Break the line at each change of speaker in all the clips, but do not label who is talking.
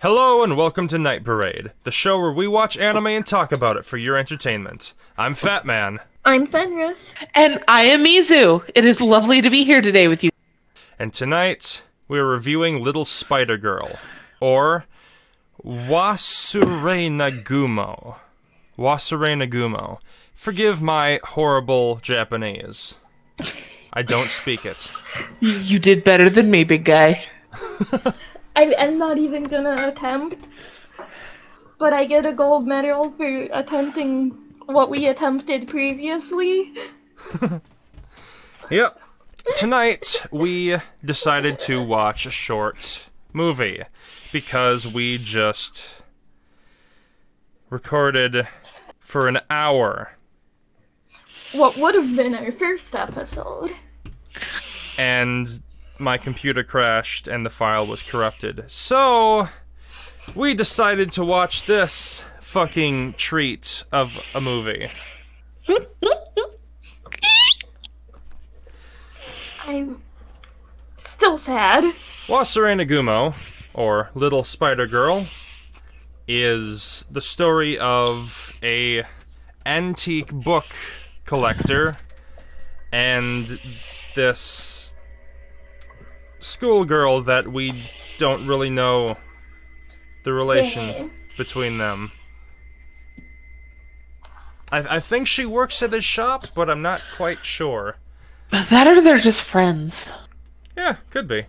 Hello and welcome to Night Parade, the show where we watch anime and talk about it for your entertainment. I'm Fat Man,
I'm Fenris.
And I am Mizu. It is lovely to be here today with you.
and tonight we're reviewing Little Spider Girl, or Wasure Nagumo. Wasure Nagumo. Forgive my horrible Japanese. I don't speak it.
You- You did better than me, big guy.
I, I'm not even gonna attempt, but I get a gold medal for attempting what we attempted previously.
Yep. Tonight we decided to watch a short movie because we just recorded for an hour
What would have been our first episode.
and my computer crashed and the file was corrupted. So we decided to watch this fucking treat of a movie.
I'm still sad.
Wasserena Gumo, or Little Spider Girl, is the story of a antique book collector and this schoolgirl that we don't really know the relation
Yeah.
between them. I, I think she works at his shop, but I'm not quite sure.
But that or they're just friends.
Yeah, could be.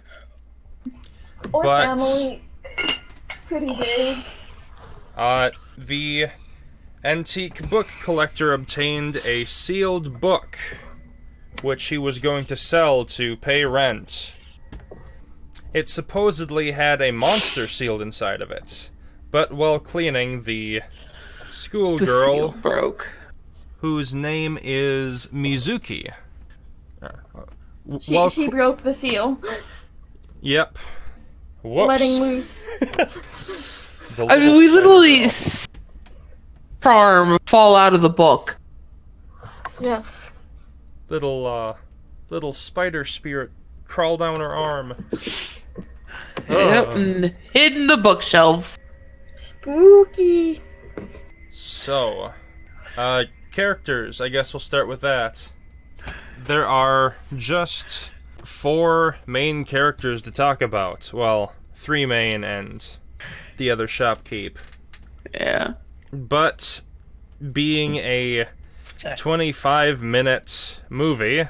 Or
But-
family. Pretty big.
Uh, the antique book collector obtained a sealed book, which he was going to sell to pay rent. It supposedly had a monster sealed inside of it, but while cleaning, the
The
schoolgirl,
seal broke.
whose name is Mizuki. Uh, w-
She,
while
she
cl-
broke the seal,
yep. Whoops.
letting loose.
The
I mean,
little
we
spider
literally
girl.
s- charm fall out of the book.
Yes.
little uh little spider spirit crawl down her arm.
Yep,
Ugh.
and hidden the bookshelves.
Spooky.
So, uh characters, I guess we'll start with that. There are just four main characters to talk about. Well, three main and the other shopkeep.
Yeah.
But being a 25 minute movie,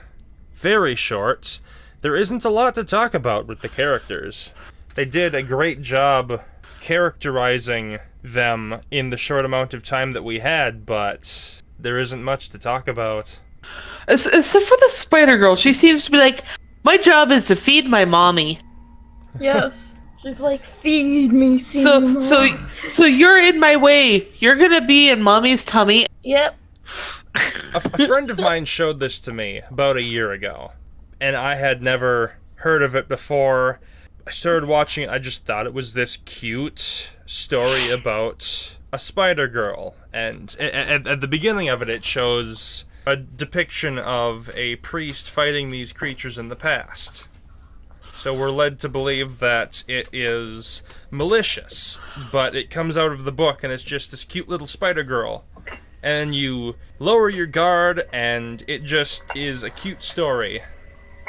very short, there isn't a lot to talk about with the characters. They did a great job characterizing them in the short amount of time that we had, but there isn't much to talk about.
Ex- Except for the spider girl. She seems to be like, my job is to feed my mommy.
Yes. She's like, feed me,
So,
Seymour."
so, so you're in my way. You're gonna be in mommy's tummy.
Yep.
A, f- a friend of mine showed this to me about a year ago, and I had never heard of it before. I started watching it, I just thought it was this cute story about a spider girl. And a- a- at, at the beginning of it, it shows a depiction of a priest fighting these creatures in the past. So we're led to believe that it is malicious, but it comes out of the book and it's just this cute little spider girl and you lower your guard, and it just is a cute story.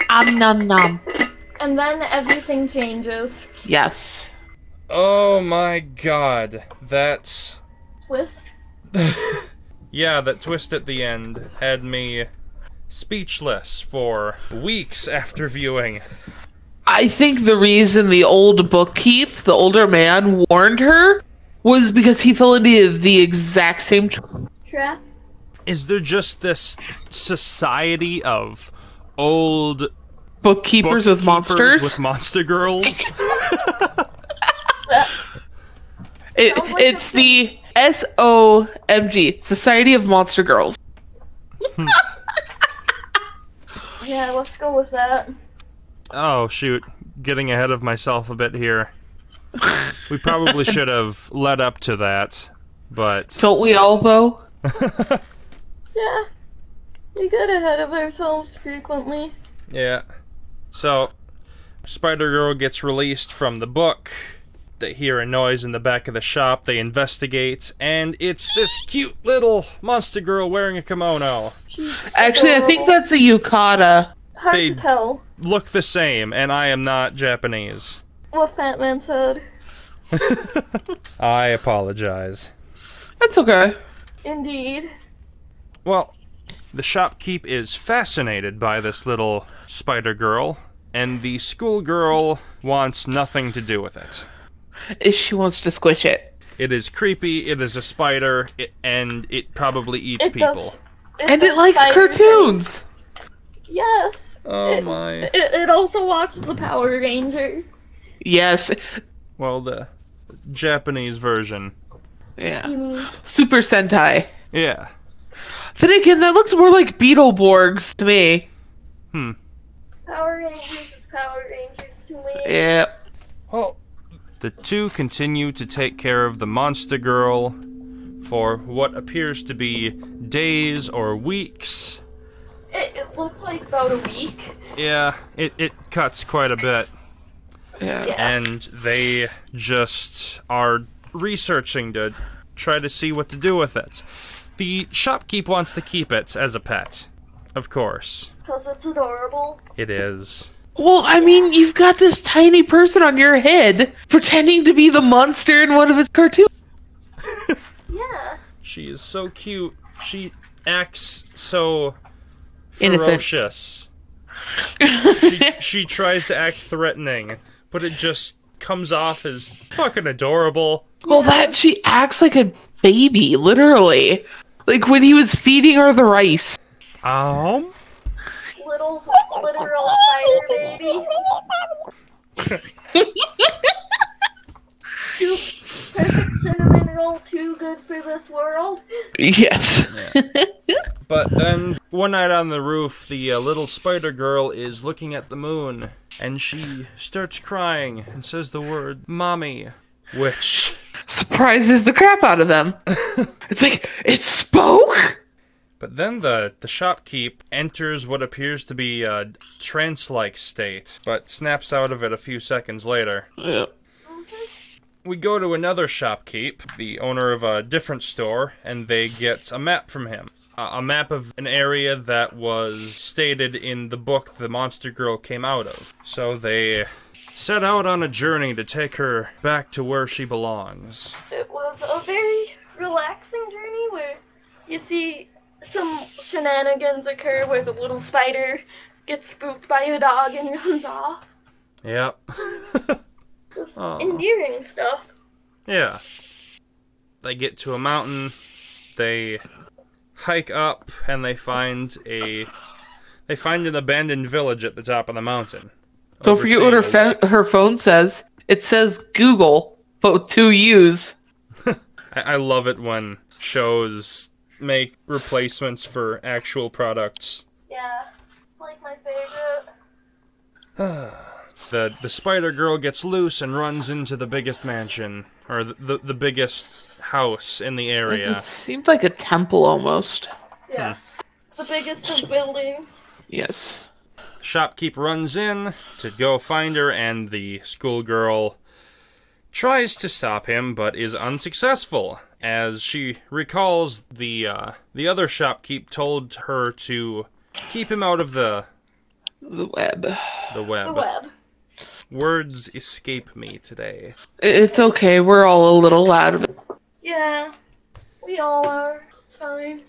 Om nom nom.
And then everything changes.
Yes.
Oh my god, that's.
Twist.
yeah, that twist at the end had me speechless for weeks after viewing.
I think the reason the old bookkeep, the older man, warned her was because he fell into the exact same. Tr-
Trap.
Is there just this society of old
bookkeepers with
bookkeepers
monsters.
with monster girls?
It-
Sounds like
it's
a
the S O M G Society of Monster Girls.
Yeah, let's go with that.
Oh shoot, getting ahead of myself a bit here. We probably should have led up to that, but
Don't we all though?
Yeah. We get ahead of ourselves frequently.
Yeah. So, Spider Girl gets released from the book, They hear a noise in the back of the shop. They investigate, and it's this cute little monster girl wearing a kimono.
Actually, I think that's a yukata.
Hard
they-
to tell
Look the same, and I am not Japanese.
what Fat Man said.
I apologize.
That's okay.
Indeed.
Well, the shopkeep is fascinated by this little spider girl, and the schoolgirl wants nothing to do with it.
If she wants to squish it.
It is creepy, it is a spider, it, and it probably eats
It
people.
does.
And
does
it likes
spider
cartoons.
things. Yes.
Oh
It-
my.
It, it also watched the Power Rangers.
Yes.
Well, the Japanese version.
Yeah.
You mean
Super Sentai.
Yeah.
Then again, that looks more like Beetleborgs to me.
Power Rangers is Power Rangers to me.
Yeah.
Well, the two continue to take care of the monster girl for what appears to be days or weeks.
It, it looks like about a week.
Yeah, it, it cuts quite a bit.
Yeah.
Yeah.
And they just are researching to try to see what to do with it. The shopkeep wants to keep it as a pet. Of course.
Because it's adorable.
It is.
Well, I mean, you've got this tiny person on your head pretending to be the monster in one of his cartoons.
Yeah.
She is so cute. She acts so
Innocent.
ferocious. she, she tries to act threatening, but it just comes off as fucking adorable.
Well, that she acts like a baby, literally. Like when he was feeding her the rice.
Um,
Little, literal spider baby. Perfect cinnamon roll, too good for this world.
Yes.
but then one night on the roof, the uh, little spider girl is looking at the moon, and she starts crying and says the word "mommy," which
Surprises the crap out of them. It's like, it spoke?
But then the, the shopkeep enters what appears to be a trance like state, but snaps out of it a few seconds later. We go to another shopkeep, the owner of a different store, and they get a map from him. A, a map of an area that was stated in the book the monster girl came out of. So they set out on a journey to take her back to where she belongs.
It was a very relaxing journey where you see some shenanigans occur where the little spider gets spooked by a dog and runs off.
Yep.
Just
Aw.
endearing stuff.
Yeah. They get to a mountain, they hike up, and they find a they find an abandoned village at the top of the mountain.
Don't forget what her,
Overseeing
fa- her phone says. It says Google, but with two U's.
a- I, I love it when shows make replacements for actual products.
Yeah. Like my favorite.
The the spider girl gets loose and runs into the biggest mansion or the the, the biggest house in the area.
It seemed like a temple almost.
Yes. The biggest of buildings.
Yes.
shopkeep runs in to go find her, and the schoolgirl tries to stop him, but is unsuccessful. As she recalls, the uh, the other shopkeep told her to keep him out of the
The web. I-
the web.
The web.
Words escape me today.
It's okay. We're all a little loud of it.
Yeah. We all are. It's fine.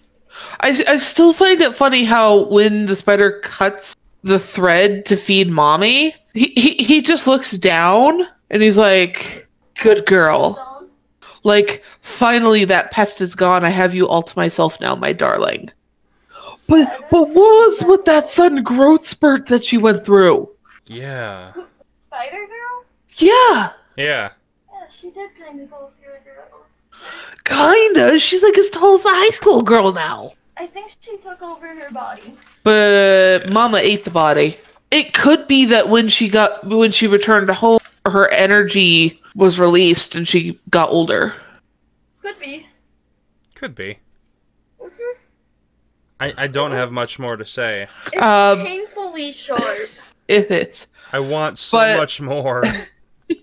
I, I still find it funny how when the spider cuts the thread to feed mommy, he, he, he just looks down and he's like, Good girl.
Done.
Like, finally that pest is gone. I have you all to myself now, my darling. But but what was with that sudden growth spurt that she went through?
Yeah.
Spider Girl?
Yeah,
Yeah.
Yeah, she did kind of go through a girl.
kinda. She's like as tall as a high school girl now.
I think she took over her body.
But Mama ate the body. It could be that when she got when she returned home, her energy was released and she got older.
Could be.
Could be.
Mhm.
I, I don't have much more to say.
It's
Um,
painfully sharp.
It is.
I want so
But-
much more.
I,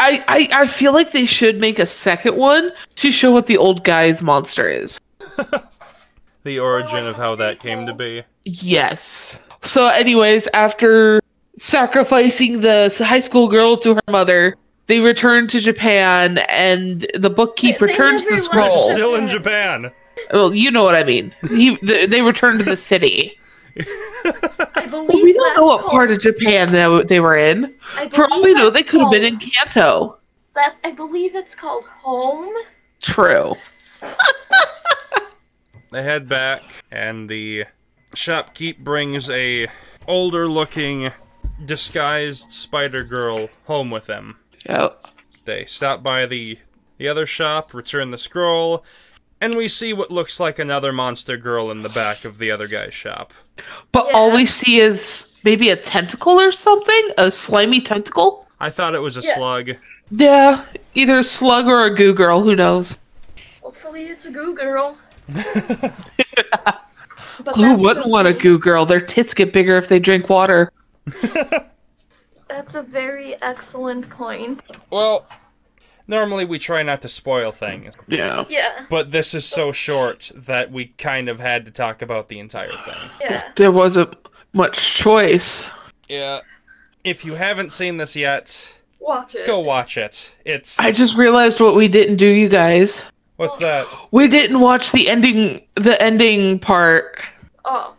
I I feel like they should make a second one to show what the old guy's monster is.
The origin of how that came to be.
Yes. So, anyways, after sacrificing the high school girl to her mother, they return to Japan, and the bookkeep
They- they
returns
never
the
left.
scroll.
Still-
Still in Japan.
Well, you know what I mean. He, they, they return to the city.
I believe
But we don't
that's
know what
called-
part of Japan that they were in.
I
For all we
believe
know,
that's
they could have been in
called-
Kanto.
That I believe it's called home.
True.
They head back, and the shopkeep brings a older-looking, disguised Spider Girl home with them.
Yep.
They stop by the the other shop, return the scroll, and we see what looks like another monster girl in the back of the other guy's shop.
But all
Yeah.
we see is maybe a tentacle or something? A slimy tentacle?
I thought it was a
Yeah.
slug.
Yeah. Either a slug or a goo girl. Who knows?
Hopefully, it's a goo girl. But
Who
that's
wouldn't want a
very-
goo girl? Their tits get bigger if they drink water.
That's a very excellent point.
Well, normally we try not to spoil things,
Yeah.
Yeah,
but this is so short that we kind of had to talk about the entire thing.
yeah.
There wasn't much choice.
Yeah. If you haven't seen this yet,
Watch it.
go watch it. It's
I just realized what we didn't do, you guys.
what's that?
We didn't watch the ending the ending part.
Oh,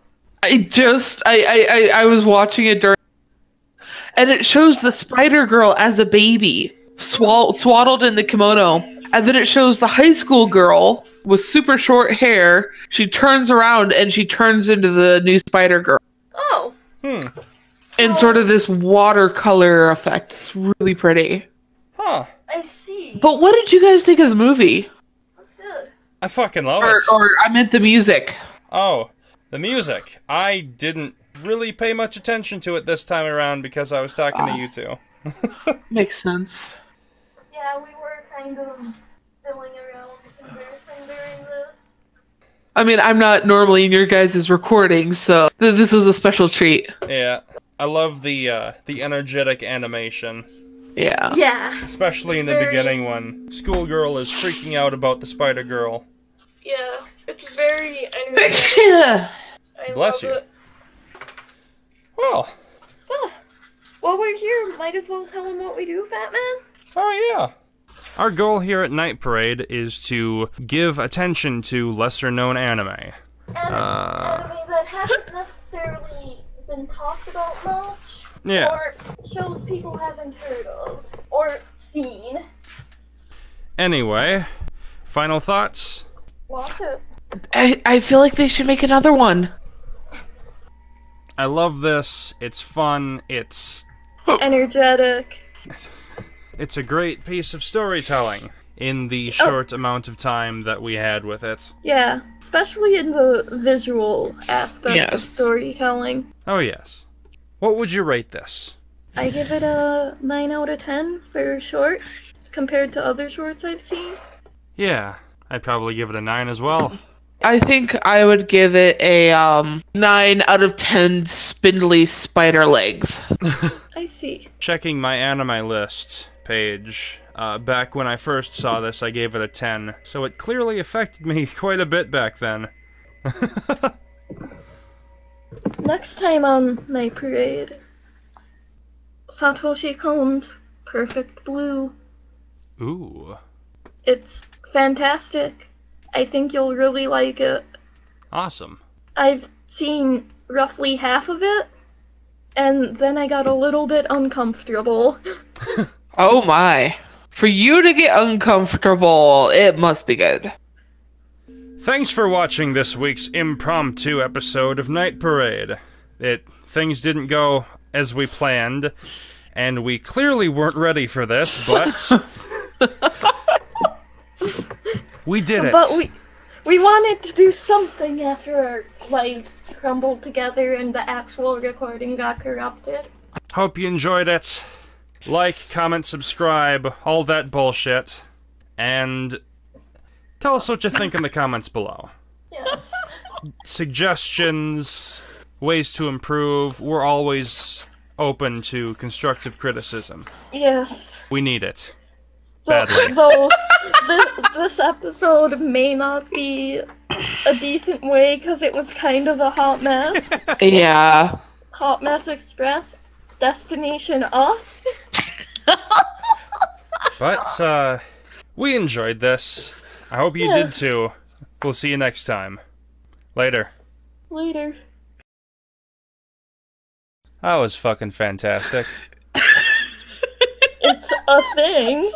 I just I I, I, I was watching it during and it shows the spider girl as a baby swall- swaddled in the kimono and then it shows the high school girl with super short hair she turns around and she turns into the new spider girl
oh.
Hmm.
in sort of this watercolor effect it's really pretty
Huh.
I see.
but what did you guys think of the movie
That's good.
I fucking love
or,
it.
oh.
or i meant the music
Oh, the music. I didn't really pay much attention to it this time around because I was talking
Ah.
to you two.
makes sense
Yeah, we were kind of filling around, embarrassing during this.
I mean, I'm not normally in your guys' recording, so th- this was a special treat.
Yeah. I love the uh, the energetic animation,
Yeah.
Yeah,
especially in the
Very-
beginning when schoolgirl is freaking out about the spider girl.
yeah. It's very energetic.
yeah.
I
Bless
love
you.
it.
Well,
While we're here, might as well tell them what we do, Fat Man.
Oh, yeah. Our goal here at Night Parade is to give attention to lesser known anime.
And
Uh.
anime that hasn't necessarily been talked about much,
Yeah.
or shows people haven't heard of or seen.
Anyway, final thoughts?
Watch it.
I, I feel like they should make another one.
I love this. It's fun. It's
Energetic.
it's a great piece of storytelling in the short amount of time that we had with it.
Yeah, especially in the visual aspect of
Yes.
storytelling.
Oh, yes. What would you rate this?
I give it a 9 out of 10 for short compared to other shorts I've seen.
Yeah, I'd probably give it a 9 as well.
I think I would give it a um, 9 out of 10 spindly spider legs.
I see.
checking my anime list page uh, back when i first saw this i gave it a 10 so it clearly affected me quite a bit back then
Next time on Night Parade, Satoshi Kon's Perfect Blue.
ooh
It's fantastic. I think you'll really like it.
awesome
I've seen roughly half of it, and then I got a little bit uncomfortable.
Oh my. For you to get uncomfortable, it must be good.
thanks for watching this week's impromptu episode of night parade it things didn't go as we planned and we clearly weren't ready for this but we did it
But we we wanted to do something after our lives crumbled together and the actual recording got corrupted.
Hope you enjoyed it. Like, comment, subscribe, all that bullshit. And tell us what you think in the comments below.
Yes.
Suggestions, ways to improve. We're always open to constructive criticism.
Yes.
We need it.
So,
Badly.
though this, this episode may not be a decent way because it was kind of a hot mess.
Yeah.
Hot Mess Express, Destination Us.
But uh, we enjoyed this. I hope you
Yeah.
did too. We'll see you next time. Later.
Later.
That was fucking fantastic.
It's a thing.